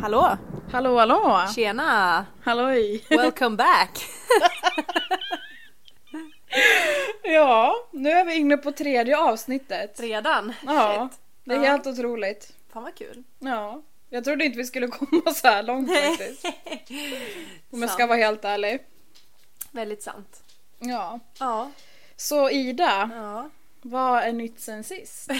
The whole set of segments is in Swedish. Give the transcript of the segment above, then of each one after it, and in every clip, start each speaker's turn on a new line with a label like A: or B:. A: Hallå!
B: Hallå hallå!
A: Tjena!
B: Halloj!
A: Welcome back!
B: Ja, nu är vi inne på tredje avsnittet.
A: Redan?
B: Ja,
A: Shit.
B: det är
A: Ja.
B: helt otroligt.
A: Fan vad kul.
B: Ja, jag trodde inte vi skulle komma så här långt faktiskt. Om jag ska
A: Sant.
B: vara helt ärlig.
A: Väldigt sant.
B: Ja.
A: Ja.
B: Så Ida,
A: Ja.
B: vad är nytt sen sist?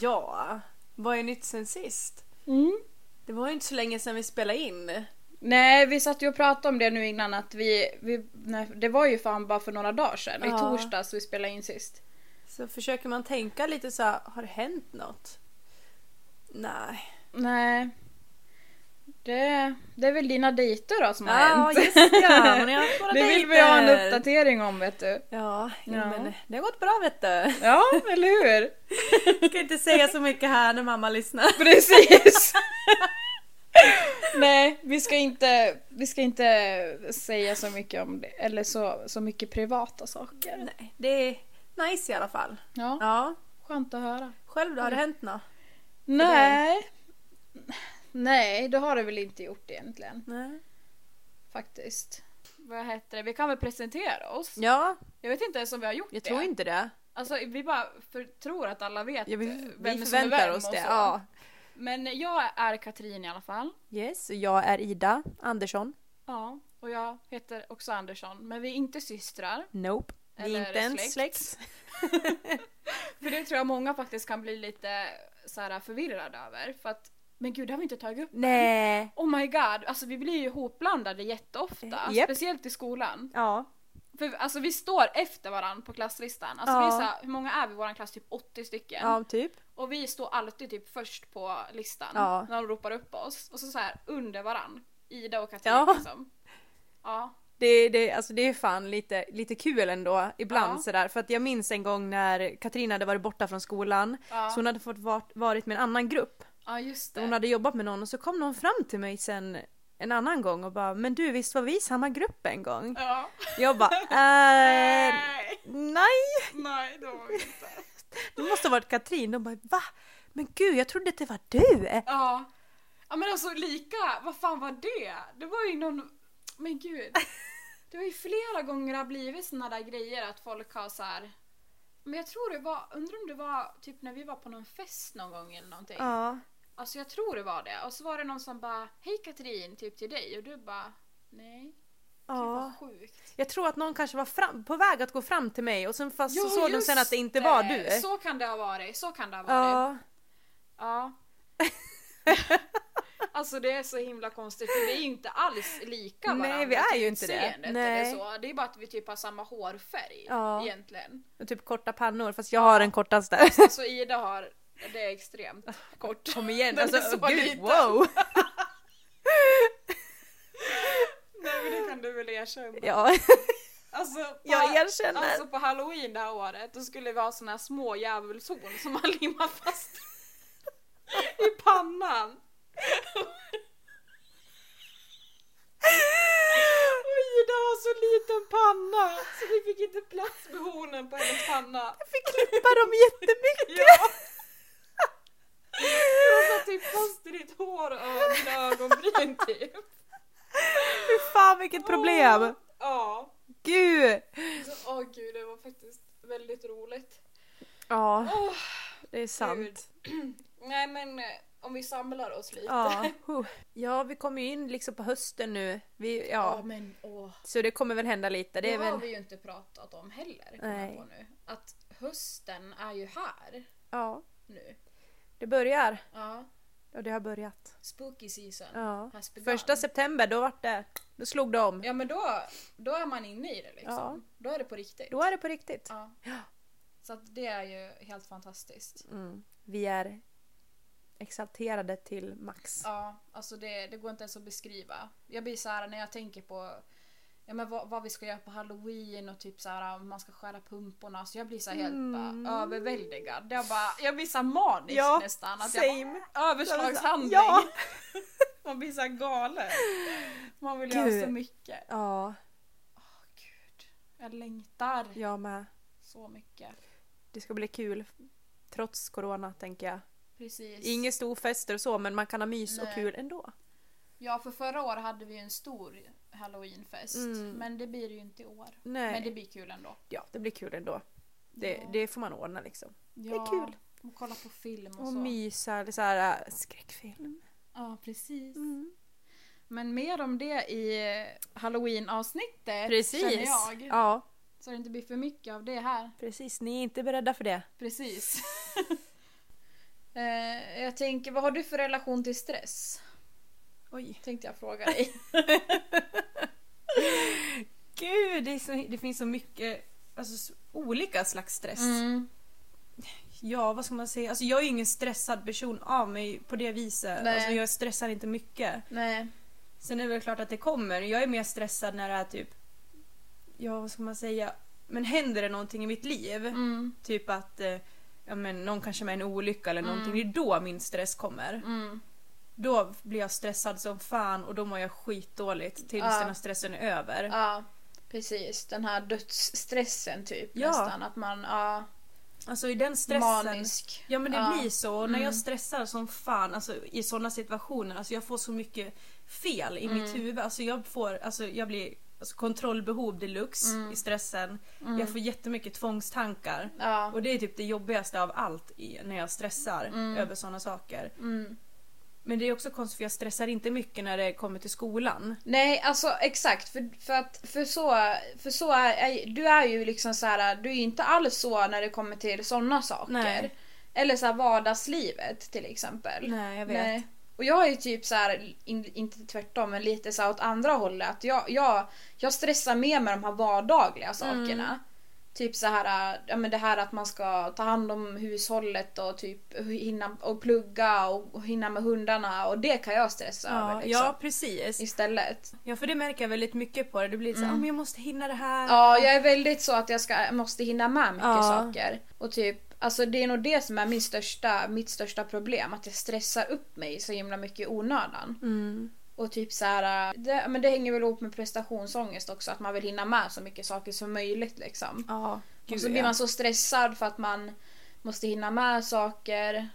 A: ja. Vad är nytt sen sist?
B: Mm.
A: Det var ju inte så länge sedan vi spelade in.
B: Nej, vi satt ju och pratade om det nu innan att vi, vi nej, det var ju fan bara för några dagar sedan. I
A: Ja.
B: torsdags vi spelade in sist.
A: Så försöker man tänka lite så här, har det hänt något? Nej.
B: Nej. Det, det är väl dina dejter då som har
A: Ja,
B: hänt?
A: Ah, just ja. Hon har haft några
B: Det vill vi ha en
A: dejter.
B: uppdatering om vet du.
A: Ja, jo,
B: Ja.
A: men det har gått bra vet du.
B: Ja, eller hur?
A: Jag kan inte säga så mycket här när mamma lyssnar.
B: Precis! Nej, vi ska inte, vi ska inte säga så mycket om det, eller så, så mycket privata saker.
A: Nej, det är nice i alla fall.
B: Ja,
A: Ja.
B: skönt att höra.
A: Själv då, har det hänt något?
B: Nej. Nej, det har det väl inte gjort egentligen,
A: Nej.
B: faktiskt. Vad heter det? Vi kan väl presentera oss?
A: Ja,
B: Jag vet inte ens om vi har gjort
A: jag
B: det.
A: tror inte det.
B: Alltså, vi bara för, tror att alla vet
A: Ja, vi,
B: eh, vem som
A: vi
B: är
A: förväntar
B: vem
A: oss
B: och
A: det.
B: så.
A: Ja.
B: Men jag är Katrin i alla fall.
A: Yes, och jag är Ida Andersson.
B: Ja, och jag heter också Andersson. Men vi är inte systrar.
A: Nope. Vi
B: Eller
A: är inte ens
B: släkt.
A: släkt.
B: För det tror jag många faktiskt kan bli lite så här, förvirrade över. För att, men gud, det har vi inte tagit upp.
A: Nej.
B: Oh my god, alltså vi blir ju ihopblandade jätteofta. alltså
A: Eh, japp.
B: Speciellt i skolan.
A: Ja.
B: För alltså vi står efter varandra på klasslistan. Alltså
A: Ja.
B: vi är så här, hur många är vi i vår klass? Typ 80 stycken.
A: ja, typ.
B: Och vi står alltid typ först på listan
A: Ja.
B: när de ropar upp oss. Och så, så här under varann. Ida och Katrin
A: Ja.
B: liksom. Ja.
A: Det, det, alltså det är fan lite, lite kul ändå ibland
B: Ja.
A: sådär. För att jag minns en gång när Katrina hade varit borta från skolan.
B: Ja.
A: Så hon hade fått vart, varit med en annan grupp.
B: Ja just det.
A: Hon hade jobbat med någon och så kom någon fram till mig sen en annan gång och bara Men du visst var vi i samma grupp en gång?
B: Ja.
A: Jag bara äh,
B: Nej.
A: Nej!
B: Nej, det var vi inte.
A: Det måste ha varit Katrin. De bara va? Men gud jag trodde att det var du!
B: Ja. Ja men alltså lika, vad fan var det? Det var ju någon, men gud. Det har ju flera gånger det har blivit såna där grejer att folk har så här. Men jag tror det var, undrar om det var typ när vi var på någon fest någon gång eller någonting.
A: Ja.
B: Alltså jag tror det var det. Och så var det någon som bara, hej Katrin, typ till dig. Och du bara, nej. Gud
A: ja.
B: vad sjukt.
A: Jag tror att någon kanske var fram, på väg att gå fram till mig och sen fast Alltså, så
B: Ja,
A: såg de
B: just
A: sen att det inte var du.
B: Så kan det ha varit, så kan det ha
A: Ja.
B: varit. Ja. alltså det är så himla konstigt för vi är ju inte alls lika
A: Nej,
B: varandra.
A: vi är
B: till
A: ju inte det.
B: utseendet
A: Nej.
B: Eller så. Det är bara att vi typ har samma hårfärg
A: Ja.
B: egentligen.
A: Och typ korta pannor fast jag har den kortaste.
B: Alltså Ida har, det är extremt kort.
A: Kom igen,
B: Den är
A: alltså
B: så
A: gud
B: liten.
A: wow!
B: Nej men det kan du väl erkänna.
A: Ja,
B: Alltså, på,
A: jag erkänner.
B: alltså på halloween det här året då skulle vi ha såna här små djävulshorn som man limmar fast i pannan. Och Ida har så liten panna så vi fick inte plats med hornen på hennes panna.
A: Jag fick klippa dem jättemycket!
B: Ja. Jag satt typ fast i ditt hår och dina ögonbryn typ.
A: Fy fan vilket problem!
B: Ja.
A: Gud!
B: Åh gud det var faktiskt väldigt roligt.
A: Ja,
B: Åh,
A: det är
B: Gud.
A: sant.
B: Nej men eh, om vi samlar oss lite.
A: Ja. huh. ja, vi kommer ju in liksom på hösten nu. Vi,
B: Ja,
A: ja.
B: men åh.
A: Så det kommer väl hända lite. Det
B: Det
A: är
B: har
A: väl...
B: vi ju inte pratat om heller. kom
A: Nej.
B: jag På nu. Att hösten är ju här
A: Ja,
B: nu.
A: det börjar.
B: Ja.
A: Och det har börjat.
B: Spooky season.
A: Ja.
B: Has begun.
A: Första september, då vart det... Då slog det om.
B: Ja men då, då är man inne i det liksom.
A: Ja.
B: Då är det på riktigt.
A: Då är det på riktigt.
B: Ja. Så att det är ju helt fantastiskt.
A: Mm. Vi är exalterade till max.
B: Ja, alltså det, det går inte ens att beskriva. Jag blir så här när jag tänker på ja, men vad, vad vi ska göra på halloween och typ så här om man ska stjäla pumporna. Så jag blir så här helt
A: Mm.
B: bara, överväldigad. Jag, bara, jag blir så här manisk
A: Ja,
B: nästan. Att jag
A: Same!
B: bara, överslagshandling.
A: Ja.
B: Man blir så här galen. Man vill
A: Gud.
B: göra så mycket.
A: Ja,
B: Åh gud. Jag längtar
A: jag med.
B: så mycket.
A: Det ska bli kul. Trots corona tänker jag.
B: Precis.
A: Inga storfester och så men man kan ha mys och
B: Nej.
A: kul ändå.
B: Ja, för förra året hade vi ju en stor halloweenfest.
A: Mm.
B: Men det blir det ju inte i år.
A: Nej.
B: Men det blir kul ändå.
A: Ja, det blir kul ändå. Det,
B: Ja.
A: det får man ordna liksom.
B: Ja.
A: är kul.
B: Och kolla på film och,
A: Och
B: så.
A: mysa, det är så här, äh, skräckfilm.
B: ja, precis.
A: Mm.
B: Men mer om det i halloween-avsnittet känner
A: Precis!
B: jag.
A: Ja,
B: Så det inte blir för mycket av det här.
A: precis. Ni är inte beredda för det.
B: Precis. eh, jag tänker, vad har du för relation till stress?
A: Oj.
B: Tänkte jag fråga dig.
A: Gud, det, är så, det finns så mycket alltså, s- olika slags stress.
B: Mm.
A: Ja, vad ska man säga? Alltså, jag är ju ingen stressad person av mig på det viset.
B: Nej.
A: Alltså, jag stressar inte mycket.
B: Nej.
A: Sen är det väl klart att det kommer. Jag är mer stressad när det är typ... Ja, vad ska man säga? Men händer det någonting i mitt liv?
B: Mm.
A: Typ att eh, ja, men någon kanske är med i en olycka eller
B: Mm.
A: någonting. Det är då min stress kommer.
B: Mm.
A: Då blir jag stressad som fan och då mår jag skitdåligt tills
B: Ja.
A: den här stressen är över.
B: Ja, precis. Den här dödsstressen typ
A: Ja.
B: nästan. Att man, ja,
A: Alltså i den stressen.
B: manisk.
A: Ja men det
B: Ja.
A: blir så. Och när
B: Mm.
A: jag stressar som fan alltså, i sådana situationer, alltså, jag får så mycket fel i
B: Mm.
A: mitt huvud. Alltså, jag, får, alltså, jag blir alltså, kontrollbehov deluxe
B: Mm.
A: i stressen. Jag får jättemycket tvångstankar.
B: Ja.
A: Och det är typ det jobbigaste av allt i, när jag stressar över sådana saker.
B: Mm.
A: Men det är också konstigt för jag stressar inte mycket när det kommer till skolan.
B: Nej, alltså exakt. För, för, att, för så, för så är, är du är ju liksom så här, du är ju inte alls så när det kommer till sådana saker.
A: Nej.
B: Eller så här vardagslivet till exempel.
A: Nej, jag vet.
B: Och jag är ju typ så här, in, inte tvärtom, men lite så här åt andra hållet. Att jag, jag, jag stressar med mig de här
A: Mm.
B: vardagliga sakerna. Typ så här, äh, ja, men det här att man ska ta hand om hushållet och typ hinna och plugga och, och hinna med hundarna och det kan jag stressa
A: Ja,
B: över liksom.
A: ja, precis.
B: Istället.
A: Ja, för det märker jag väldigt mycket på det. Det blir så här, ah, men jag måste hinna det här.
B: Mm. Ja, jag är väldigt så att jag ska, måste hinna med mycket
A: Ja.
B: saker. Och typ, alltså det är nog det som är min största, mitt största problem. Att jag stressar upp mig så himla mycket i onödan.
A: Mm.
B: Och typ så här, det, men det hänger väl ihop med prestationsångest också. Att man vill hinna med så mycket saker som möjligt liksom.
A: ja.
B: och så
A: gud,
B: blir
A: ja.
B: man så stressad för att man måste hinna med saker.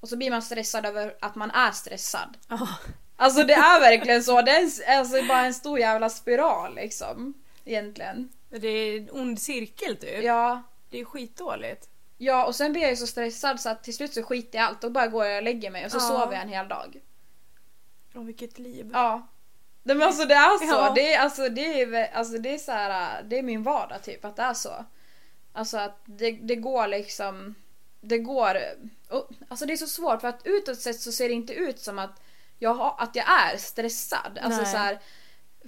B: Och så blir man stressad över att man är stressad.
A: Ja.
B: Alltså det är verkligen så. Det är en, alltså, bara en stor jävla spiral liksom. Egentligen.
A: Det är en ond cirkel typ.
B: Ja,
A: Det är skitdåligt.
B: Ja, och sen blir jag ju så stressad så att till slut så skiter jag i allt och bara går jag och lägger mig och så
A: Ja.
B: sover jag en hel dag.
A: Åh vilket liv.
B: Ja. Nej, men alltså det är så.
A: Ja.
B: Det, är, alltså, det, är, vä- alltså, det är så här, äh, det är min vardag typ att det är så. Alltså att det, det går liksom, det går, och, alltså det är så svårt för att utåt sett så ser det inte ut som att jag, har, att jag är stressad. Alltså
A: Nej.
B: så här,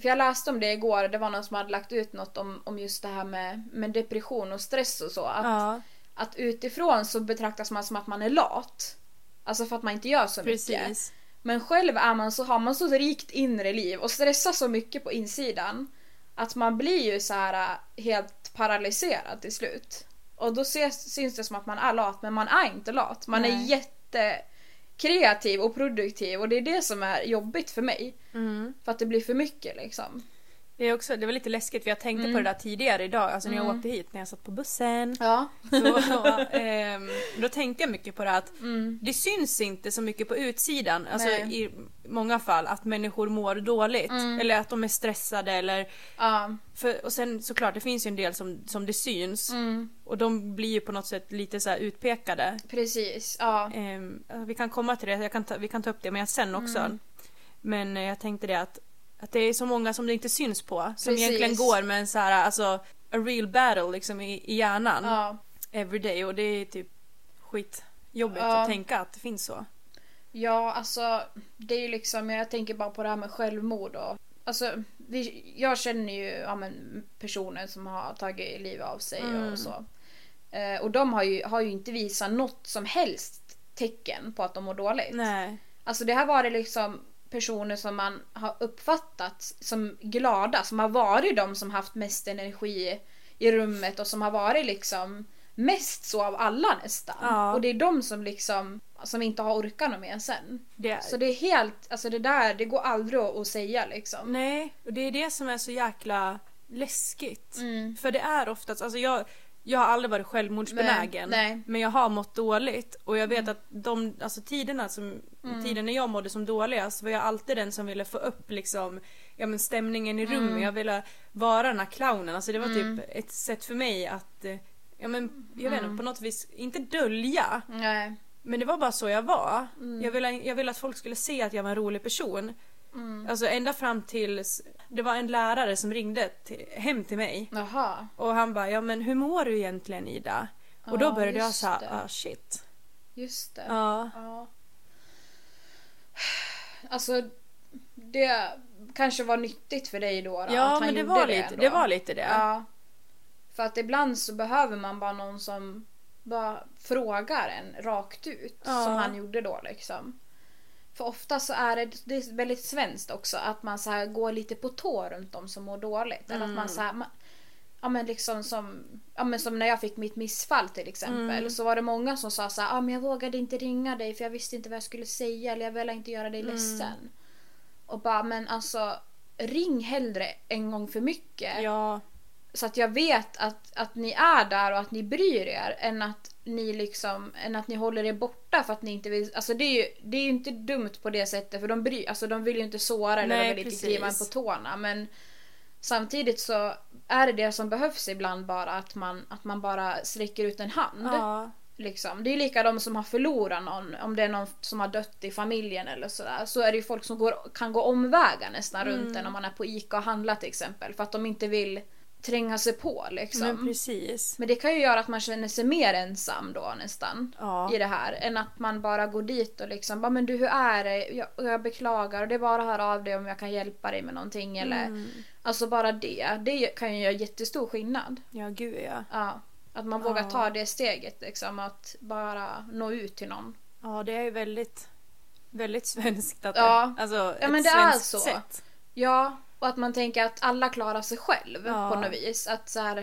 B: för jag läste om det igår, det var någon som hade lagt ut något om, om just det här med, med depression och stress och så. Att,
A: Ja,
B: att utifrån så betraktas man som att man är lat. Alltså för att man inte gör så mycket.
A: precis.
B: Men själv är man så, har man så rikt inre liv och stressar så mycket på insidan att man blir ju så här äh, helt paralyserad till slut. Och då ses, syns det som att man är lat, men man är inte lat. Man är
A: Nej.
B: jättekreativ och produktiv och det är det som är jobbigt för mig.
A: Mm.
B: För att det blir för mycket liksom.
A: Det, är också, det var lite läskigt för jag tänkte på
B: Mm.
A: det där tidigare idag, alltså när jag åkte hit, när jag satt på bussen.
B: Ja.
A: Så, ehm, då tänkte jag mycket på det att
B: Mm.
A: det syns inte så mycket på utsidan, alltså
B: Nej. Mm.
A: i många fall, att människor mår dåligt. Eller att de är stressade eller...
B: Ja.
A: För, och sen såklart, det finns ju en del som, som det syns.
B: Mm.
A: Och de blir ju på något sätt lite så här utpekade.
B: Precis. Ja.
A: Ehm, vi kan komma till det, jag kan ta, vi kan ta upp det med sen också.
B: Mm.
A: Men eh, jag tänkte det att, att det är så många som det inte syns på. Som
B: Precis.
A: egentligen går med en så här, alltså a real battle liksom i, i hjärnan.
B: ja.
A: Every day och det är typ skitjobbigt
B: Ja.
A: att tänka att det finns så.
B: Ja, alltså det är ju liksom, jag tänker bara på det här med självmord och alltså, vi, jag känner ju ja, men, personer som har tagit livet av sig och så. Eh, och de har ju, har ju inte visat något som helst tecken på att de mår dåligt.
A: Nej.
B: Alltså det här var det liksom personer som man har uppfattat som glada, som har varit de som haft mest energi i rummet och som har varit liksom mest så av alla nästan.
A: Ja.
B: Och det är de som liksom som inte har orkat något mer sen.
A: Det,
B: Så det är helt, alltså det där, det går aldrig att att säga liksom.
A: Nej, och det är det som är så jäkla läskigt.
B: Mm.
A: För det är oftast, alltså jag, Jag har aldrig varit självmordsbenägen.
B: Nej, Mm. nej.
A: Men jag har mått dåligt. Och jag vet att de alltså, tiderna som,
B: Mm.
A: tiden när jag mådde som dåligast var jag alltid den som ville få upp liksom, ja, men stämningen i
B: Mm.
A: rummet. Jag ville vara den här clownen. Alltså, det var typ ett sätt för mig att eh, Ja men jag vet
B: Mm.
A: inte, på något vis, inte dölja.
B: Nej.
A: Men det var bara så jag var.
B: Mm.
A: Jag, ville, jag ville att folk skulle se att jag var en rolig person.
B: Mm.
A: Alltså ända fram tills det var en lärare som ringde till, hem till mig.
B: Jaha.
A: Och han bara, ja men hur mår du egentligen Ida? Och då
B: Ja,
A: började jag
B: just
A: såhär,
B: det.
A: ah shit.
B: Just det.
A: Ja.
B: Ja. Alltså, det kanske var nyttigt för dig då? då
A: Ja
B: att han
A: men det
B: gjorde
A: var, lite,
B: då.
A: det var lite det.
B: Ja. För att ibland så behöver man bara någon som bara frågar en rakt ut.
A: Ja.
B: Som han gjorde då liksom. För ofta så är det, det är väldigt svenskt också att man så här går lite på tå runt dem som mår dåligt. Eller
A: Mm.
B: att man så här, man, Ja men liksom som, ja, men som när jag fick mitt missfall till exempel.
A: Mm.
B: Så var det många som sa så här, ah, men jag vågade inte ringa dig för jag visste inte vad jag skulle säga eller jag ville inte göra
A: Mm.
B: dig ledsen. Och bara men alltså ring hellre en gång för mycket.
A: Ja.
B: Så att jag vet att, att ni är där och att ni bryr er än att ni liksom än att ni håller er borta för att ni inte vill. Alltså det är ju, det är ju inte dumt på det sättet för de bryr alltså de vill ju inte såra eller
A: Nej,
B: de vill inte
A: precis.
B: kliva en på tårna men samtidigt så är det det som behövs ibland bara att man, att man bara sträcker ut en hand.
A: ja.
B: Liksom. Det är ju lika de som har förlorat någon, om det är någon som har dött i familjen eller sådär. Så är det ju folk som går, kan gå omvägar nästan
A: Mm.
B: runt en om man är på ICA och handlar till exempel. För att de inte vill tränga sig på liksom.
A: Men
B: Men,
A: precis.
B: det kan ju göra att man känner sig mer ensam då nästan.
A: Ja.
B: I det här. Än att man bara går dit och liksom bara, men du hur är det? Jag, och jag beklagar och det är bara att höra av dig om jag kan hjälpa dig med någonting. Eller,
A: Mm.
B: Alltså bara det. Det kan ju göra jättestor skillnad.
A: Ja gud ja.
B: Ja. Att man vågar ta det steget liksom, att bara nå ut till någon.
A: Ja det är ju väldigt, väldigt svenskt att
B: Ja.
A: det, alltså
B: Ja,
A: ett
B: men det är
A: svenskt
B: så.
A: sätt.
B: Ja, och att man tänker att alla klarar sig själv
A: Ja.
B: på något vis. Att så här,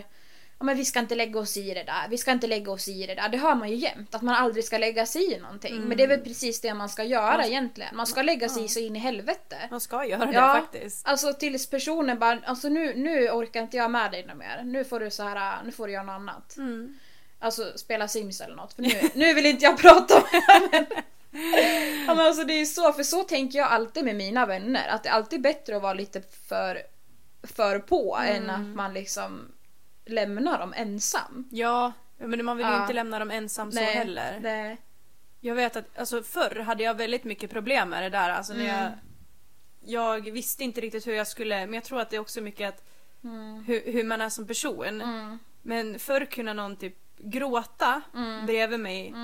B: ja, men vi ska inte lägga oss i det där, vi ska inte lägga oss i det där. Det hör man ju jämt, att man aldrig ska lägga sig i någonting. Men det är väl precis det Mm. man ska Mm. göra egentligen. Man ska lägga sig i så in i helvete.
A: Man ska göra det faktiskt.
B: alltså tills personen bara, alltså nu, nu orkar inte jag med dig något mer. Nu får du så här, nu får du göra något annat.
A: Mm.
B: Alltså spela Sims eller något. För nu, nu vill inte jag prata om det. Men... Ja, men alltså det är så, för så tänker jag alltid med mina vänner. Att det är alltid bättre att vara lite för, för på
A: Mm.
B: än att man liksom lämnar dem ensam.
A: Ja, men man vill ju
B: Ja.
A: inte lämna dem ensam så heller.
B: Nej.
A: Jag vet att alltså, förr hade jag väldigt mycket problem med det där. Alltså, när
B: Mm.
A: jag, jag visste inte riktigt hur jag skulle, men jag tror att det är också mycket att,
B: mm,
A: hur, hur man är som person. Men förr kunde någon typ gråta
B: Mm.
A: bredvid mig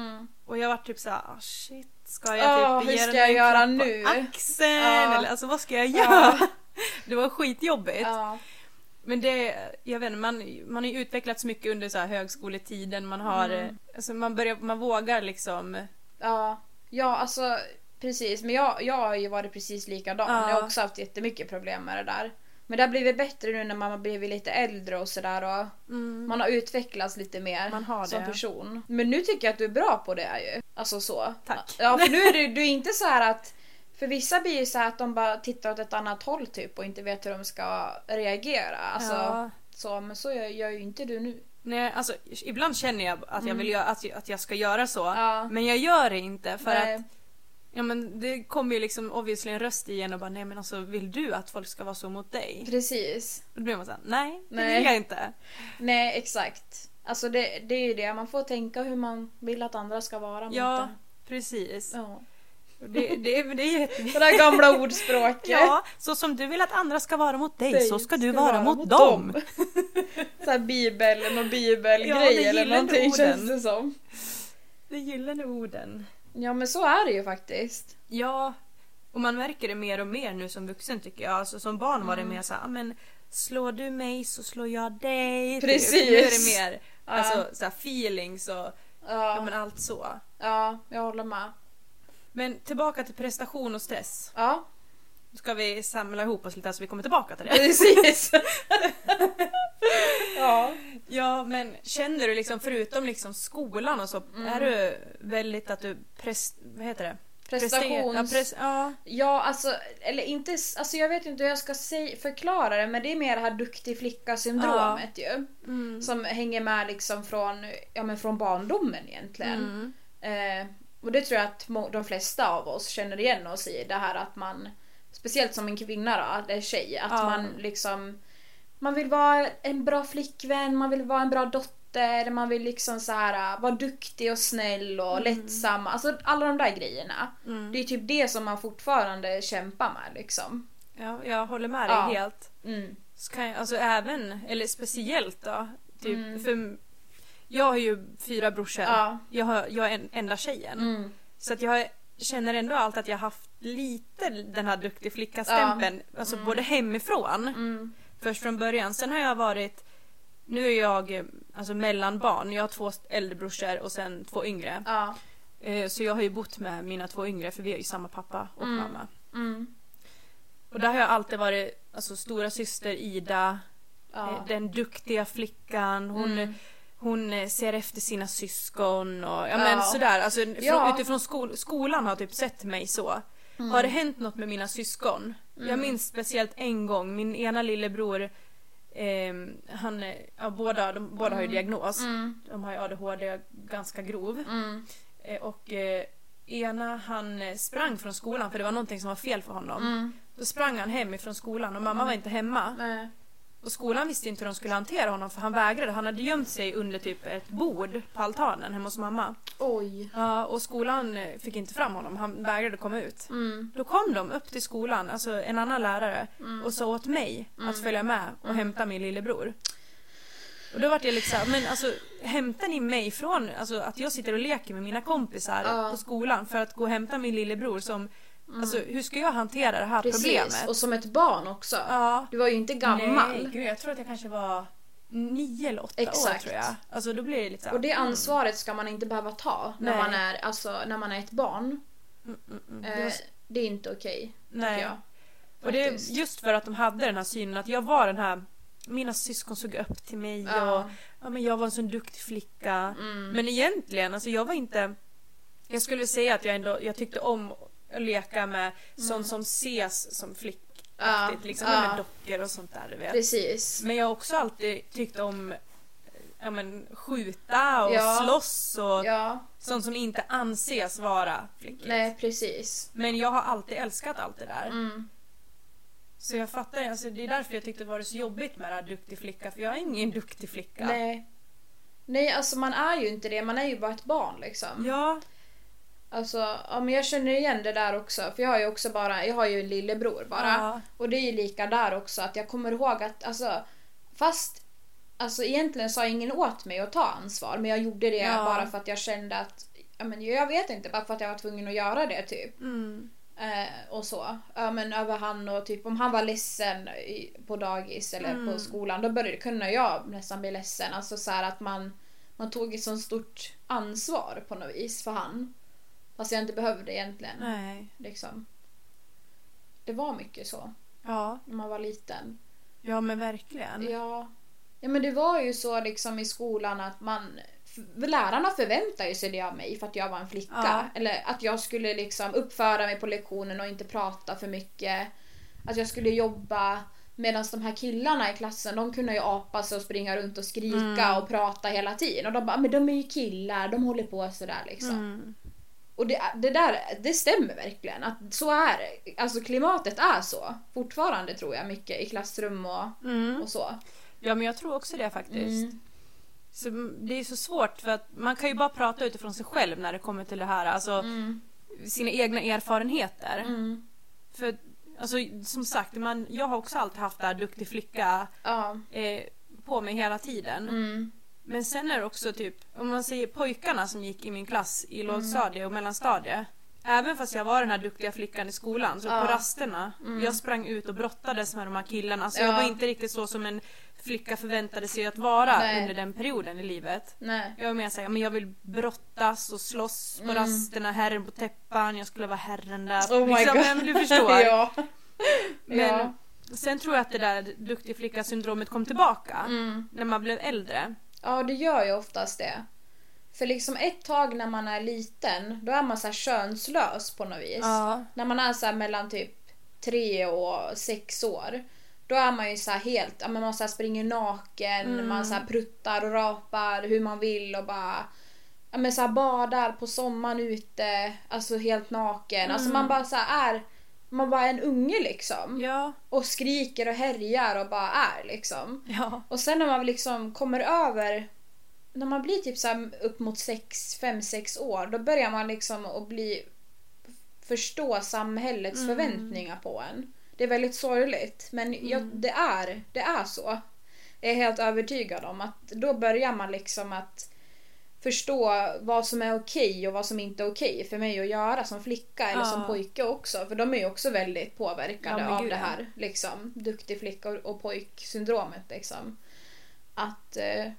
A: och jag var typ såhär, ah shit, ska jag
B: Ah,
A: typ
B: hur
A: ge
B: ska
A: den
B: jag
A: en
B: göra
A: klapp på
B: nu?
A: Axeln,
B: Ja.
A: eller alltså vad ska jag göra? Det var skitjobbigt.
B: Ja.
A: Men det, jag vet inte, man, man har ju utvecklats mycket under så här högskoletiden, man har, eh,
B: Mm.
A: alltså man börjar, man vågar liksom.
B: Ja, ja alltså precis. Men jag, jag har ju varit precis likadan.
A: Ja.
B: Jag har också haft jättemycket problem med det där. Men det har blivit bättre nu när man har blivit lite äldre och sådär. Och Man har utvecklats lite mer
A: Man har
B: som
A: det.
B: person. Men nu tycker jag att du är bra på det ju. Alltså så.
A: Tack.
B: Ja, för nu är du, du är inte så här att... För vissa blir ju så här att de bara tittar åt ett annat håll typ och inte vet hur de ska reagera. Alltså,
A: Ja.
B: så, men så gör, gör ju inte du nu.
A: Nej, alltså, ibland känner jag att jag, vill göra, att, att jag ska göra så,
B: Ja.
A: men jag gör det inte för
B: Nej.
A: att ja, men det kommer ju liksom obviously en röst igen och bara nej men alltså vill du att folk ska vara så mot dig?
B: Precis.
A: Då blir man såhär nej, det
B: Nej.
A: vill jag inte.
B: Nej, exakt. Alltså det, det är ju det, man får tänka hur man vill att andra ska vara. mot
A: Ja,
B: en.
A: precis.
B: ja.
A: Det, det, det är ju
B: Det
A: jätteviktigt.
B: där gamla ordspråket.
A: Ja, så som du vill att andra ska vara mot dig,
B: Dig
A: så ska du vara, mot, dem.
B: Så här bibeln och bibelgrej
A: Ja, det
B: eller
A: gillar inte orden.
B: någonting känns det som.
A: Det gyllene orden.
B: Ja men så är det ju faktiskt.
A: Ja, och man märker det mer och mer nu som vuxen tycker jag. Alltså, som barn var det
B: Mm.
A: mer så här, "Ah, men slår du mig så slår jag dig. typ.
B: Precis.
A: Nu är det mer
B: Ja.
A: alltså, så här, feelings och ja.
B: Ja,
A: men allt så.
B: ja jag håller med.
A: Men tillbaka till prestation och stress.
B: Ja,
A: Nu ska vi samla ihop oss lite så vi kommer tillbaka till det.
B: precis. ja.
A: Ja men känner
B: Mm.
A: du liksom förutom liksom skolan och så, är du väldigt att du press, vad heter det? Prestations... Ja,
B: prestations...
A: pres- ja.
B: Ja, alltså, eller inte, s- alltså jag vet inte hur jag ska se- förklara det men det är mer det här duktig flicka-syndromet ju.
A: Mm.
B: Som hänger med liksom från, ja, men från barndomen egentligen.
A: Mm.
B: Eh, och det tror jag att må- de flesta av oss känner igen oss i. Det här att man, speciellt som en kvinna då, eller tjej, att
A: Ja.
B: man liksom man vill vara en bra flickvän, man vill vara en bra dotter, man vill liksom så här eh, vara duktig och snäll och lättsam. Alltså alla de där grejerna.
A: Mm.
B: Det är typ det som man fortfarande kämpar med liksom.
A: Ja, jag håller med dig
B: Ja.
A: helt.
B: Mm.
A: Så kan jag, alltså även, eller speciellt då. Typ,
B: Mm.
A: för, jag har ju fyra brorsor.
B: Ja.
A: Jag, har, jag är en, enda tjejen.
B: Mm.
A: Så att jag har- känner ändå alltid att jag har haft lite den här duktig flicka-stämpeln. Alltså både hemifrån,
B: Mm.
A: först från början. Sen har jag varit, nu är jag eh, alltså mellanbarn. Jag har två äldre brorsor och sen två yngre.
B: Ja.
A: Eh, Så jag har ju bott med mina två yngre för vi har ju samma pappa och
B: Mm.
A: mamma.
B: Mm.
A: Och där har jag alltid varit alltså, stora syster Ida,
B: Ja.
A: eh, den duktiga flickan. Hon,
B: Mm.
A: hon eh, ser efter sina syskon och ja,
B: Ja.
A: men sådär. Alltså, från,
B: Ja. Mm.
A: Utifrån skol, skolan har typ sett mig så. Har det hänt något med mina syskon? Jag minns speciellt en gång, min ena lillebror ehm, han, eh, ja, båda, de, båda har ju diagnos.
B: Mm.
A: De har ju ADHD ganska grov.
B: Mm.
A: Eh, Och eh, ena han eh, sprang från skolan för det var någonting som var fel för honom.
B: Mm. Eh,
A: Då sprang han hem ifrån skolan och mamma var inte hemma.
B: Nej.
A: Och skolan visste inte hur de skulle hantera honom för han vägrade. Han hade gömt sig under typ ett bord på altanen hemma hos mamma.
B: Oj.
A: Ja, och skolan eh, fick inte fram honom. Han vägrade komma ut.
B: Mm.
A: Då kom de upp till skolan, alltså en annan lärare, och sa åt mig
B: Mm.
A: att följa med och hämta min lillebror. Och då vart jag liksom, men alltså hämtar ni mig från alltså, att jag sitter och leker med mina kompisar
B: Ja. Mm.
A: på skolan för att gå och hämta min lillebror som, alltså hur ska jag hantera det här
B: Precis.
A: problemet?
B: Och som ett barn också.
A: Ja.
B: Du var ju inte gammal.
A: Nej, gud, jag tror att jag kanske var nio eller åtta år
B: Exakt.
A: tror jag. Alltså då blir det lite så här,
B: Och det ansvaret ska man inte behöva ta när,
A: Nej.
B: man är, alltså, när man är ett barn.
A: mm, mm, mm. Det var
B: Eh,
A: så-
B: det är inte okej.
A: Nej.
B: jag,
A: Och det
B: faktiskt.
A: är just för att de hade den här synen att jag var den här mina syskon såg upp till mig och
B: Ja.
A: ja, men jag var en sån duktig flicka.
B: Mm.
A: Men egentligen, alltså jag var inte... Jag skulle säga att jag ändå jag tyckte om att leka med sånt som ses som flickaktigt.
B: Mm. Ja,
A: Liksom
B: ja.
A: med dockor och sånt där du vet.
B: Precis.
A: Men jag har också alltid tyckt om eh, ja, men, skjuta och
B: Ja.
A: slåss och
B: Ja,
A: sånt som inte anses vara flickigt.
B: nej precis.
A: Men jag har alltid älskat allt det där.
B: Mm.
A: Så jag fattar, alltså, det är därför jag tyckte det var så jobbigt med det här duktig flicka, för jag är ingen duktig flicka.
B: Nej. Nej, alltså man är ju inte det. Man är ju bara ett barn liksom.
A: Ja,
B: Alltså, ja, men jag känner igen det där också. För jag har ju också bara, jag har ju en lillebror bara.
A: Ja.
B: Och det är ju lika där också att jag kommer ihåg att alltså, fast alltså egentligen sa ingen åt mig att ta ansvar men jag gjorde det
A: Ja.
B: bara för att jag kände att ja, men jag vet inte, bara för att jag var tvungen att göra det typ.
A: mm.
B: Eh, och så. Ja, men över han och typ om han var ledsen i, på dagis eller
A: Mm.
B: på skolan då började kunna jag nästan bli ledsen. Alltså så här att man, man tog ett sånt stort ansvar på något vis för han. Fast jag inte behövde egentligen.
A: nej.
B: Liksom. Det var mycket så
A: Ja.
B: när man var liten.
A: ja, men verkligen.
B: Ja. ja, men det var ju så liksom i skolan att man f- lärarna förväntade ju sig det av mig för att jag var en flicka.
A: Ja.
B: Eller att jag skulle liksom uppföra mig på lektionen och inte prata för mycket. Att jag skulle jobba medan de här killarna i klassen de kunde ju apa sig och springa runt och skrika
A: Mm.
B: och prata hela tiden. Och de bara, "Ah, men de är ju killar, de håller på sådär liksom.
A: Mm.
B: Och det, det där, det stämmer verkligen. Att så är det. Alltså klimatet är så. Fortfarande tror jag mycket i klassrum och,
A: Mm.
B: och så.
A: Ja, men jag tror också det faktiskt.
B: Mm.
A: Så mm, det är så svårt för att man kan ju bara prata utifrån sig själv när det kommer till det här, alltså
B: Mm.
A: sina egna erfarenheter.
B: Mm.
A: För alltså, som sagt, man, jag har också alltid haft det här duktig flicka
B: Ja.
A: eh, på mig hela tiden.
B: Mm.
A: Men sen är det också typ, om man säger pojkarna som gick i min klass i
B: Mm.
A: lågstadie och mellanstadie. Även fast jag var den här duktiga flickan i skolan, så
B: Ja. Mm.
A: på rasterna, jag sprang ut och brottades med de här killarna. Så jag
B: Ja.
A: var inte riktigt så som en flicka förväntade sig att vara
B: Nej.
A: under den perioden i livet.
B: Nej.
A: Jag var mer såhär, men jag vill brottas och slåss
B: Mm.
A: på rasterna, herren på täppan, jag skulle vara herren
B: Alltså,
A: där. Liksom, men du förstår.
B: Oh ja.
A: Men
B: Ja.
A: sen tror jag att det där duktig flicka-syndromet kom tillbaka
B: Mm.
A: när man blev äldre.
B: ja, det gör ju oftast det. För liksom ett tag när man är liten, då är man så här könslös på något vis.
A: Ja.
B: När man är så här mellan typ tre och sex år, då är man ju så här helt, ja, men man så här springer naken,
A: Mm.
B: man så här pruttar och rapar hur man vill och bara ja, men så här badar på sommaren ute, alltså helt naken. Alltså man bara så här är, man bara är en unge liksom.
A: Ja.
B: Och skriker och härjar och bara är liksom.
A: Ja.
B: Och sen när man liksom kommer över, när man blir typ så här upp mot 5-6 år, då börjar man liksom att bli, förstå samhällets
A: Mm.
B: förväntningar på en. Det är väldigt sorgligt, men jag,
A: Mm.
B: det, är, det är så. Jag är helt övertygad om att då börjar man liksom att förstå vad som är okej och vad som inte är okej för mig att göra som flicka eller
A: Ja.
B: som pojke också. För de är ju också väldigt påverkade
A: Ja, men
B: av
A: gud,
B: det
A: ja.
B: här liksom, duktig flicka och, och pojksyndromet. Liksom. Att eh,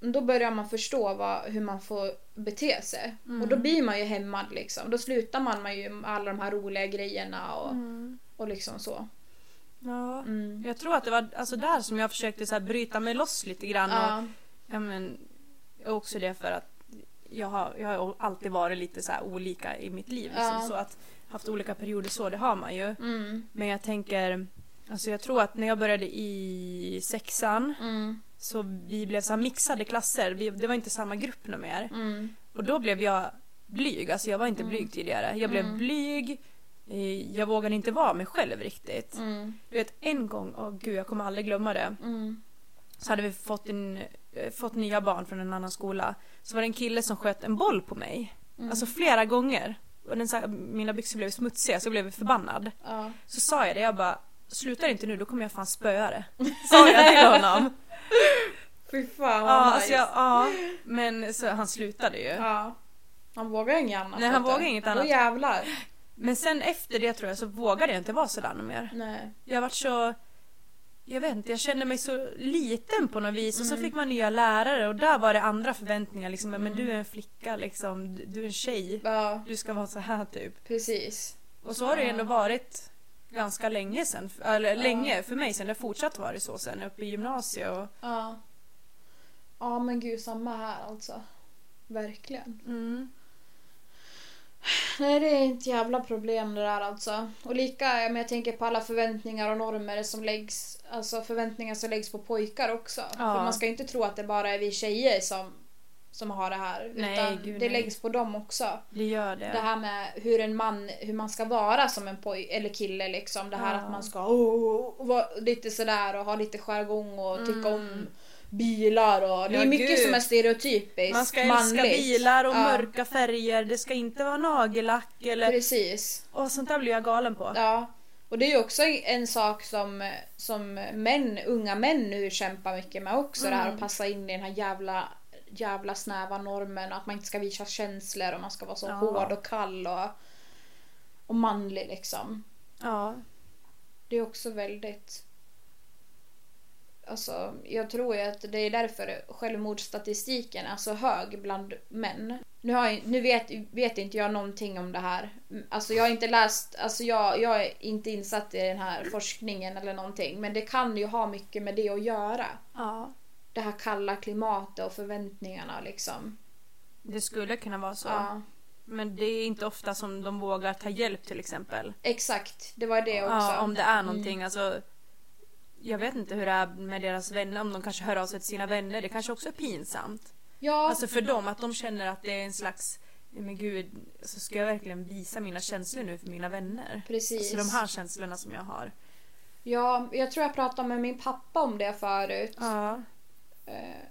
B: då börjar man förstå vad, hur man får bete sig. Och då blir man ju hämmad liksom. Då slutar man man ju med alla de här roliga grejerna och,
A: Mm.
B: och liksom så.
A: ja.
B: Mm.
A: Jag tror att det var alltså, där som jag försökte så här, bryta mig loss lite grann. Och,
B: Ja.
A: ja, men, också det för att jag har, jag har alltid varit lite så här olika i mitt liv. Liksom,
B: Ja.
A: Så att haft olika perioder så, det har man ju.
B: Mm.
A: Men jag tänker, alltså jag tror att när jag började i sexan
B: Mm.
A: så vi blev så här mixade klasser. Vi, det var inte samma grupp något mer.
B: Mm.
A: Och då blev jag blyg. Alltså jag var inte blyg tidigare. Jag blev
B: Mm.
A: blyg. eh, Jag vågade inte vara mig själv riktigt.
B: Mm.
A: Du vet en gång, åh gud jag kommer aldrig glömma det.
B: Mm.
A: Så hade vi fått, en, eh, fått nya barn från en annan skola. Så var det en kille som sköt en boll på mig.
B: Mm.
A: Alltså flera gånger. Och den, så här, mina byxor blev smutsiga så jag blev förbannad.
B: Ja.
A: Så sa jag det, jag bara slutar inte nu då kommer jag fan spöa det. Sa jag till honom.
B: Fy fan
A: ja,
B: vad
A: alltså
B: nice.
A: jag, ja. Men så han slutade ju.
B: ja. Han vågar inget annat.
A: Nej, han
B: vet du.
A: vågar inget annat.
B: Då jävlar.
A: Men sen efter det tror jag så vågade jag inte vara sådär något mer.
B: Nej.
A: Jag vart så... Jag vet inte, jag kände mig så liten på något vis och så
B: Mm.
A: fick man nya lärare och där var det andra förväntningar liksom. Men du är en flicka liksom, du är en tjej.
B: Ja,
A: Du ska vara så här typ.
B: precis.
A: Och så har det ju ändå varit ganska länge sen, eller
B: Ja.
A: länge för mig sen, det har fortsatt varit så sen uppe i gymnasiet och...
B: Ja. Ja men gud samma här alltså. Verkligen.
A: Mm.
B: Nej, det är ett jävla problem det där alltså. Och lika, ja, men jag tänker på alla förväntningar och normer som läggs, alltså förväntningar som läggs på pojkar också. För man ska ju inte tro att det bara är vi tjejer som, som har det här.
A: Nej,
B: utan
A: gud,
B: det
A: nej.
B: läggs på dem också.
A: Det gör det.
B: Det här med hur en man, hur man ska vara som en poj eller kille liksom. Det här
A: Ja.
B: att man ska oh, oh, oh, vara lite sådär och ha lite jargong och tycka om bilar och
A: Mm.
B: det
A: Ja,
B: är mycket
A: gud.
B: som är stereotypiskt
A: Man ska älska
B: manligt.
A: bilar och
B: Ja,
A: mörka färger, det ska inte vara nagellack eller...
B: Precis.
A: Åh, sånt där blir jag galen på.
B: Ja. Och det är ju också en sak som, som män, unga män nu kämpar mycket med också. Det här att passa in i den här jävla, jävla snäva normen. och Att man inte ska visa känslor och man ska vara så
A: Ja.
B: hård och kall och, och manlig liksom.
A: Ja.
B: Det är också väldigt... Alltså, jag tror ju att det är därför självmordsstatistiken är så hög bland män. Nu, har jag, nu vet, vet inte jag någonting om det här. Alltså jag har inte läst, alltså jag, jag är inte insatt i den här forskningen eller någonting. Men det kan ju ha mycket med det att göra.
A: ja.
B: Det här kalla klimatet och förväntningarna liksom.
A: Det skulle kunna vara så.
B: Ja,
A: Men det är inte ofta som de vågar ta hjälp till exempel.
B: exakt, det var det också. Mm.
A: Ja, om det är någonting. Alltså, jag vet inte hur det är med deras vänner, om de kanske hör av sig till sina vänner. Det kanske också är pinsamt.
B: Ja,
A: Alltså för dem, att de känner att det är en slags men gud, så ska jag verkligen visa mina känslor nu för mina vänner?
B: precis.
A: Alltså de här känslorna som jag har.
B: Ja, jag tror jag pratade med min pappa om det förut.
A: Ja.
B: Eh,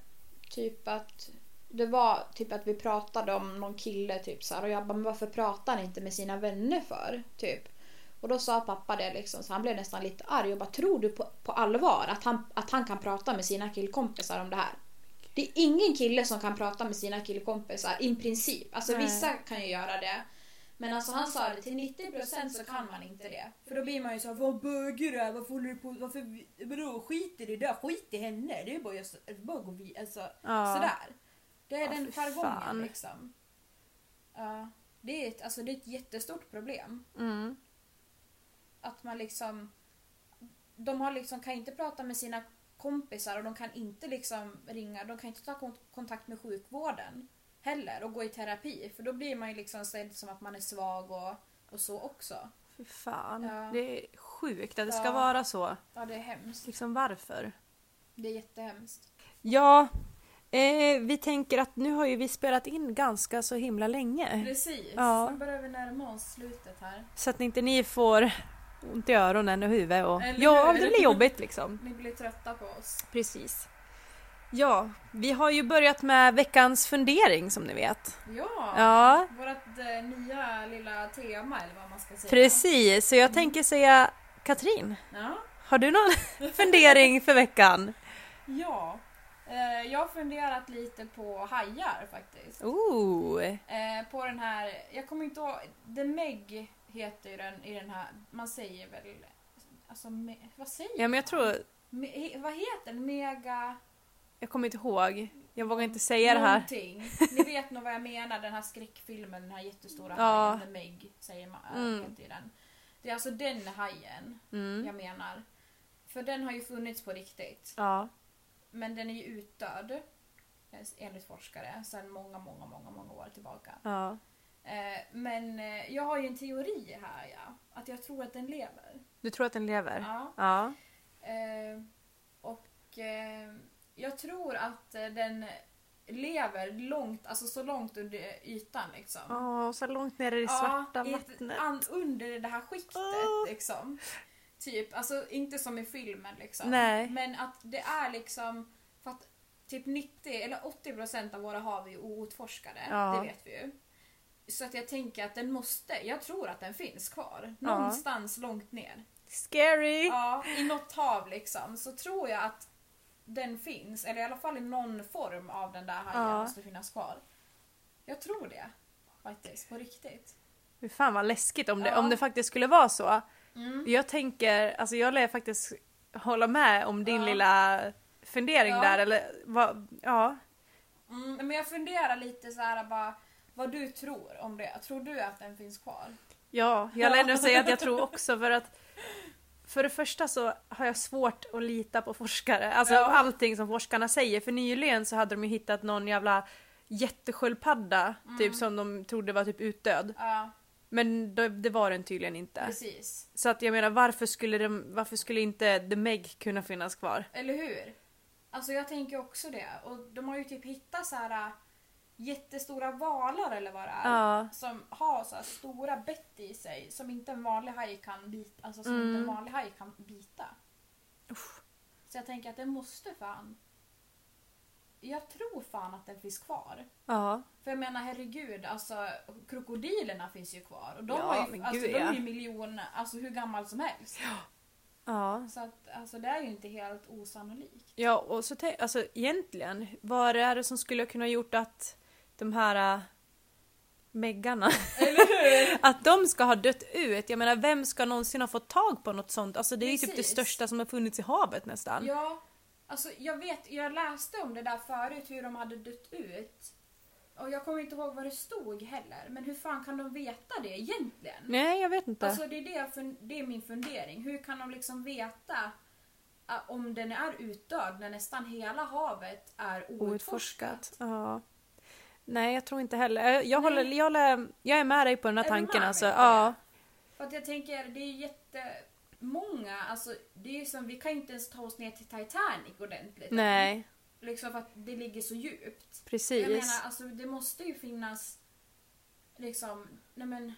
B: typ att det var typ att vi pratade om någon kille typ så här, och jag bara men varför pratar han inte med sina vänner för? Typ. Och då sa pappa det liksom så han blev nästan lite arg och bara tror du på, på allvar att han, att han kan prata med sina killkompisar om det här? Det är ingen kille som kan prata med sina killkompisar i princip. Alltså
A: Nej.
B: vissa kan ju göra det. Men alltså han sa det, till 90% så kan man inte det. För då blir man ju så vad böger du är, varför håller du på, varför, vadå, skit i det där, skit i henne, det är bara, jag, bara gå vi, alltså
A: Ja.
B: sådär. Det är
A: Ja,
B: den
A: fy fan.
B: jargongen liksom. Ja. Det är, ett, alltså, det är ett jättestort problem.
A: Mm.
B: Att man liksom, de har liksom, kan inte prata med sina kompisar och de kan inte liksom ringa, de kan inte ta kont- kontakt med sjukvården. heller och gå i terapi för då blir man ju liksom sedd som att man är svag och, och så också.
A: Fy fan.
B: Ja.
A: Det är sjukt att det ska
B: Ja.
A: vara så.
B: Ja, det är hemskt.
A: Liksom varför?
B: Det är jättehemskt.
A: Ja, eh, vi tänker att nu har ju vi spelat in ganska så himla länge.
B: Precis.
A: Ja.
B: Nu börjar vi närma oss slutet här.
A: Så att inte ni får ont i öronen och huvudet och...
B: Eller
A: Ja,
B: hur?
A: det blir jobbigt liksom.
B: Ni blir trötta på oss.
A: Precis. Ja, vi har ju börjat med veckans fundering som ni vet.
B: Ja!
A: Ja,
B: Vårt eh, nya lilla tema eller vad man ska säga.
A: precis. Så jag tänker säga Katrin,
B: Ja.
A: har du någon fundering för veckan?
B: ja. Eh, Jag har funderat lite på hajar faktiskt.
A: Ooh.
B: Eh, på den här, jag kommer inte ihåg, The Meg heter ju den i den här, man säger väl, alltså me, vad säger
A: Ja, men jag tror...
B: man? Me, he, vad heter den? Mega...
A: Jag kommer inte ihåg. Jag vågar inte säga det här.
B: Någonting. Ni vet nog vad jag menar, den här skräckfilmen, den här jättestora
A: Ja.
B: hajen, The Meg säger man, äh,
A: Mm.
B: heter ju den. Det är alltså den hajen
A: Mm.
B: jag menar. För den har ju funnits på riktigt.
A: Ja.
B: Men den är ju utdöd, eh, enligt forskare, sedan många, många, många, många år tillbaka.
A: Ja.
B: Eh, men eh, jag har ju en teori här, ja. Att jag tror att den lever.
A: Du tror att den lever?
B: Ja.
A: Ja.
B: Eh, och eh, jag tror att eh, den lever långt, alltså så långt under ytan liksom.
A: Åh, så långt ner i det
B: Ja,
A: svarta
B: i ett
A: vattnet. Ah.
B: an- under det här skiktet
A: Åh.
B: liksom. Typ, alltså inte som i filmen liksom.
A: Nej.
B: Men att det är liksom, för att typ 90 eller 80% av våra hav är ju outforskade,
A: Ja.
B: det vet vi ju. Så att jag tänker att den måste, jag tror att den finns kvar.
A: Ja.
B: Någonstans långt ner.
A: Scary!
B: Ja, i något hav liksom. Så tror jag att den finns, eller i alla fall i någon form av den där hajen
A: Ja.
B: måste finnas kvar. Jag tror det. Faktiskt, på riktigt.
A: Fy fan vad läskigt om det,
B: Ja. Mm.
A: om det faktiskt skulle vara så. Jag tänker, alltså jag lär faktiskt hålla med om din
B: Ja.
A: lilla fundering
B: Ja.
A: där eller vad, ja.
B: Mm, men jag funderar lite så här bara vad du tror om det. Tror du att den finns kvar?
A: Ja, jag lär ändå säga att jag tror också för att för det första så har jag svårt att lita på forskare, alltså
B: Ja.
A: allting som forskarna säger. För nyligen så hade de ju hittat någon jävla jättesköldpadda
B: Mm.
A: typ som de trodde var typ utdöd.
B: Ja,
A: Men det, det var den tydligen inte.
B: precis.
A: Så att jag menar varför skulle, de, varför skulle inte The Meg kunna finnas kvar?
B: Eller hur? Alltså jag tänker också det. Och de har ju typ hittat så här äh, jättestora valar eller vad det är.
A: Ja.
B: Som har så här stora bett i sig som inte en vanlig haj kan bita. Alltså som inte en vanlig haj kan bita. Så jag tänker att den måste fan. Jag tror fan att den finns kvar.
A: Ja.
B: För jag menar herregud, alltså krokodilerna finns ju kvar. Och de,
A: Ja,
B: har ju,
A: men
B: alltså,
A: gud,
B: de
A: ja.
B: är ju miljoner, alltså hur gammal som helst.
A: Ja.
B: Så att, alltså, det är ju inte helt osannolikt.
A: Ja, och så tänk, alltså egentligen, vad är det som skulle kunna gjort att de här äh, meggarna, att de ska ha dött ut? Jag menar, vem ska någonsin ha fått tag på något sånt? Alltså det är ju typ det
B: Precis.
A: största som har funnits i havet nästan.
B: Ja, alltså jag vet, jag läste om det där förut hur de hade dött ut. Och jag kommer inte ihåg vad det stod heller. Men hur fan kan de veta det egentligen?
A: Nej, jag vet inte.
B: Alltså det är, det, jag fun- det är min fundering. Hur kan de liksom veta äh, om den är utdöd när nästan hela havet är outforskat?
A: Outforskat. Ja. Nej, jag tror inte heller. Jag, jag, håller, jag, lä- jag är med dig på den här
B: Är du
A: tanken
B: med
A: alltså.
B: mig på
A: Ja.
B: För att jag tänker, det är jättemånga, alltså det är ju som, vi kan ju inte ens ta oss ner till Titanic ordentligt.
A: Nej,
B: Liksom för att det ligger så djupt.
A: precis.
B: Jag menar, alltså det måste ju finnas, liksom, nej men,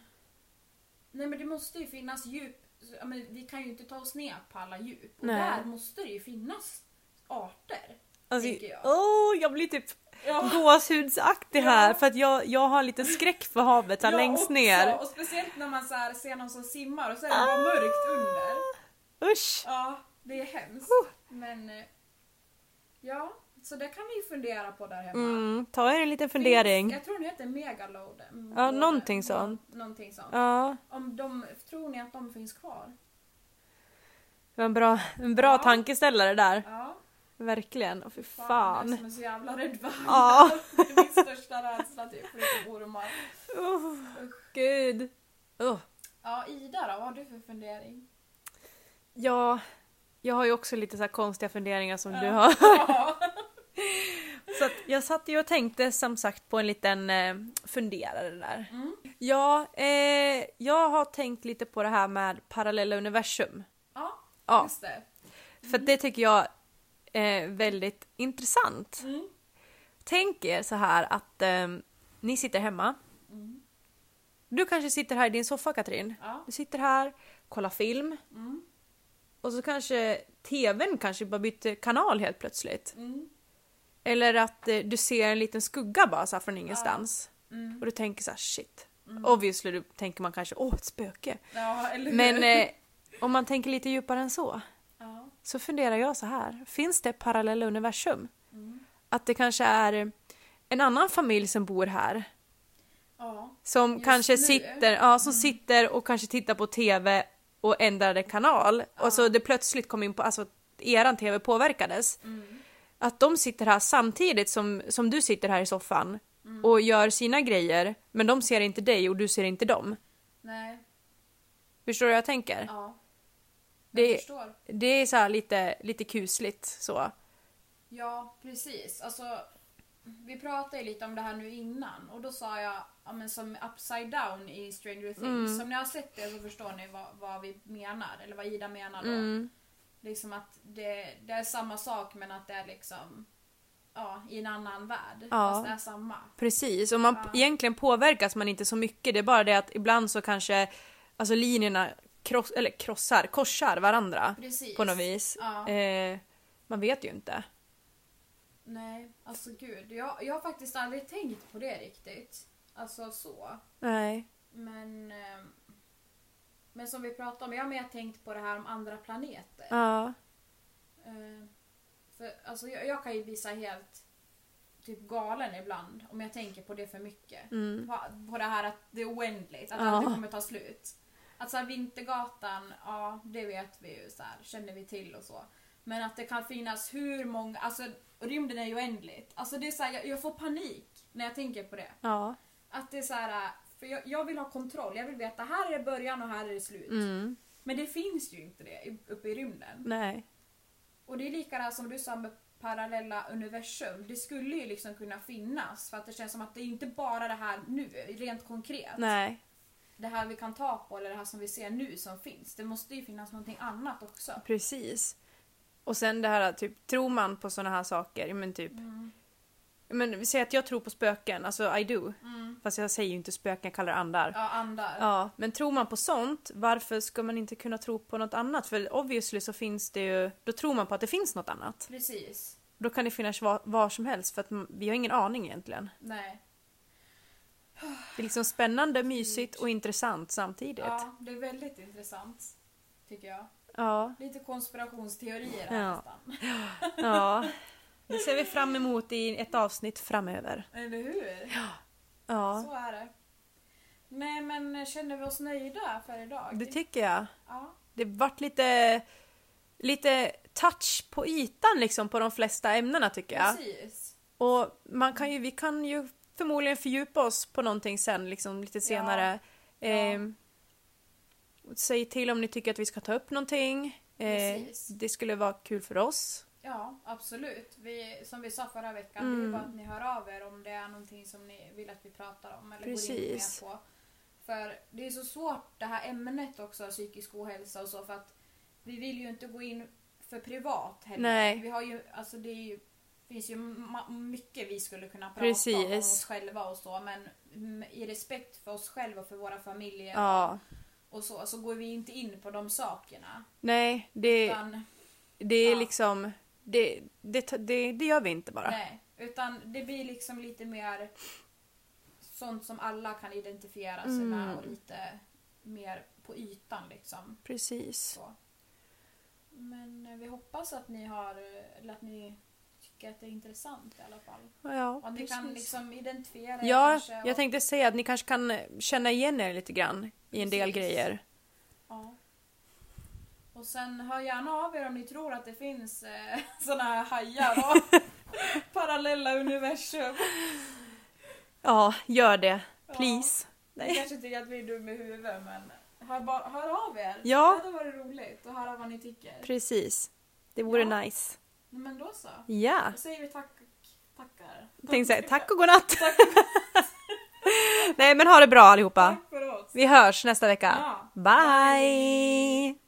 B: nej men det måste ju finnas djup, ja, men vi kan ju inte ta oss ner på alla djup. Och
A: Nej.
B: där måste det ju finnas arter.
A: Alltså,
B: tänker jag.
A: Åh, jag blir typ
B: Ja.
A: gåshudsaktig här
B: Ja.
A: för att jag, jag har lite skräck för havet här
B: Jag
A: längst
B: också,
A: ner.
B: Och speciellt när man så här ser någon som simmar och så är det bara mörkt under.
A: Usch!
B: Ja, det är hemskt. Men eh, ja, så det kan vi ju fundera på där hemma.
A: Mm, ta er en liten fundering.
B: Jag tror den heter Megalodon.
A: Ja, någonting sånt.
B: Någonting sånt.
A: Ja,
B: Om de, tror ni att de finns kvar?
A: det var en bra, en bra
B: Ja.
A: tankeställare där.
B: Ja.
A: Verkligen. Åh fy
B: Jag är
A: fan.
B: som är så jävla rädd för
A: Ja.
B: Det är min största rädsla typ, förutom ormar.
A: Oh, gud. Åh.
B: Ja, Ida då, vad har du för fundering?
A: Ja, jag har ju också lite så här konstiga funderingar som
B: Ja.
A: du har.
B: Ja.
A: Så att jag satt ju och tänkte som sagt på en liten eh, funderare där.
B: Mm.
A: Ja, eh, jag har tänkt lite på det här med parallella universum.
B: Ja,
A: Ja.
B: just det.
A: För det tycker jag är väldigt intressant.
B: Mm.
A: Tänk er så här att eh, ni sitter hemma. Du kanske sitter här i din soffa Katrin.
B: Ja.
A: Du sitter här, kollar film. Och så kanske tvn kanske bara byter kanal helt plötsligt.
B: Mm.
A: Eller att eh, du ser en liten skugga bara så här från ingenstans. Och du tänker så här shit. Obviously du tänker man kanske åh ett spöke.
B: Ja, eller hur?
A: Men eh, om man tänker lite djupare än så
B: ja.
A: så funderar jag så här. Finns det parallella universum?
B: Mm.
A: Att det kanske är en annan familj som bor här.
B: ja.
A: Som
B: Just
A: kanske
B: nu. Mm.
A: sitter, ja, som sitter och kanske tittar på TV och ändrade kanal. Och så det plötsligt kom in på, alltså eran TV påverkades.
B: Mm.
A: Att de sitter här samtidigt som, som du sitter här i soffan
B: Mm.
A: och gör sina grejer. Men de ser inte dig och du ser inte dem.
B: Nej.
A: Förstår du hur jag tänker?
B: Ja. Jag
A: det,
B: förstår.
A: det är så här lite, lite kusligt så.
B: Ja, precis. Alltså, vi pratade ju lite om det här nu innan och då sa jag ja, men som upside down i Stranger Things.
A: Mm.
B: Som ni har sett det så förstår ni vad, vad vi menar, eller vad Ida menar då.
A: Mm.
B: Liksom att det, det är samma sak men att det är liksom ja, i en annan värld.
A: Ja.
B: Fast det är samma.
A: Precis, och man, egentligen påverkas man inte så mycket. Det är bara det att ibland så kanske alltså linjerna kross, eller krossar, korsar varandra
B: Precis.
A: på något vis.
B: Ja.
A: Eh, man vet ju inte.
B: Nej, alltså gud. Jag, jag har faktiskt aldrig tänkt på det riktigt. Alltså så.
A: Nej.
B: Men, eh, men som vi pratade om, jag har mer tänkt på det här om andra planeter.
A: Ja.
B: Eh, för, alltså, jag, jag kan ju visa helt typ galen ibland om jag tänker på det för mycket. På, på det här att det är oändligt, att
A: Mm. Ja.
B: allt kommer ta slut. Att så här, Vintergatan, ja det vet vi ju, så här, känner vi till och så. Men att det kan finnas hur många, alltså rymden är ju oändligt. Alltså det är så här, jag, jag får panik när jag tänker på det.
A: Ja.
B: Att det är så här, för jag, jag vill ha kontroll, jag vill veta här är det början och här är det slut.
A: Mm.
B: Men det finns ju inte det i- uppe i rymden.
A: Nej.
B: Och det är likadant som du sa med parallella universum. Det skulle ju liksom kunna finnas för att det känns som att det är inte bara det här nu, rent konkret.
A: Nej.
B: Det här vi kan ta på eller det här som vi ser nu som finns. Det måste ju finnas någonting annat också.
A: Precis. Och sen det här typ, tror man på sådana här saker? Ja, Men typ. Men vi säger att jag tror på spöken, alltså I do. Fast jag säger ju inte spöken, jag kallar det andar.
B: Ja, andar.
A: Ja, men tror man på sånt, varför ska man inte kunna tro på något annat? För obviously så finns det ju, då tror man på att det finns något annat.
B: Precis.
A: Då kan det finnas var, var som helst för att m- vi har ingen aning egentligen.
B: Nej.
A: Det är liksom spännande, mysigt och intressant samtidigt. Ja.
B: Ja, det är väldigt intressant. Tycker jag.
A: Ja,
B: Lite konspirationsteorier här
A: Ja.
B: nästan.
A: Det ser vi fram emot i ett avsnitt framöver.
B: Eller hur?
A: Ja,
B: Så är det. Nej men känner vi oss nöjda för idag?
A: det tycker jag.
B: ja.
A: Det vart lite, lite touch på ytan liksom på de flesta ämnena tycker jag.
B: Precis.
A: Och man kan ju, vi kan ju förmodligen fördjupa oss på någonting sen, liksom lite senare.
B: Ja.
A: Ehm, säg till om ni tycker att vi ska ta upp någonting. Ehm,
B: Precis.
A: det skulle vara kul för oss.
B: Ja, absolut. Vi, som vi sa förra veckan, det
A: Mm.
B: är bara att ni hör av er om det är någonting som ni vill att vi pratar om eller går in
A: Precis.
B: mer på. För det är så svårt det här ämnet också, psykisk ohälsa och så, för att vi vill ju inte gå in för privat heller.
A: Nej.
B: Vi har ju, alltså det är ju, finns ju ma- mycket vi skulle kunna prata om, om
A: Precis.
B: oss själva och så, men mm, i respekt för oss själva och för våra familjer
A: Ja.
B: och så, så går vi inte in på de sakerna.
A: Nej, det,
B: Utan,
A: det är
B: ja.
A: liksom... Det, det, ta- det, det gör vi inte bara.
B: Nej, utan det blir liksom lite mer sånt som alla kan identifiera sig
A: Mm.
B: med och lite mer på ytan liksom.
A: Precis.
B: Så. Men eh, vi hoppas att ni har, eh, eller att ni tycker att det är intressant i alla fall.
A: Ja,
B: Och att ni
A: precis.
B: kan liksom identifiera er
A: ja
B: kanske
A: jag
B: och-
A: tänkte säga att ni kanske kan känna igen er lite grann i en del
B: Precis.
A: grejer.
B: Ja. Och sen hör gärna av er om ni tror att det finns eh, såna här hajar och parallella universum.
A: Ja, gör det.
B: Ja.
A: Please.
B: Ni kanske tycker att vi är dumma i huvudet men hör, ba- hör av er.
A: Ja.
B: Det hade varit roligt att höra vad ni tycker.
A: Precis. Det vore
B: Ja.
A: nice.
B: Men då så.
A: Ja.
B: Då säger vi tack Tackar.
A: Tänkte säga tack och godnatt. Nej men ha det bra allihopa.
B: Tack för oss.
A: Vi hörs nästa vecka.
B: Ja.
A: Bye.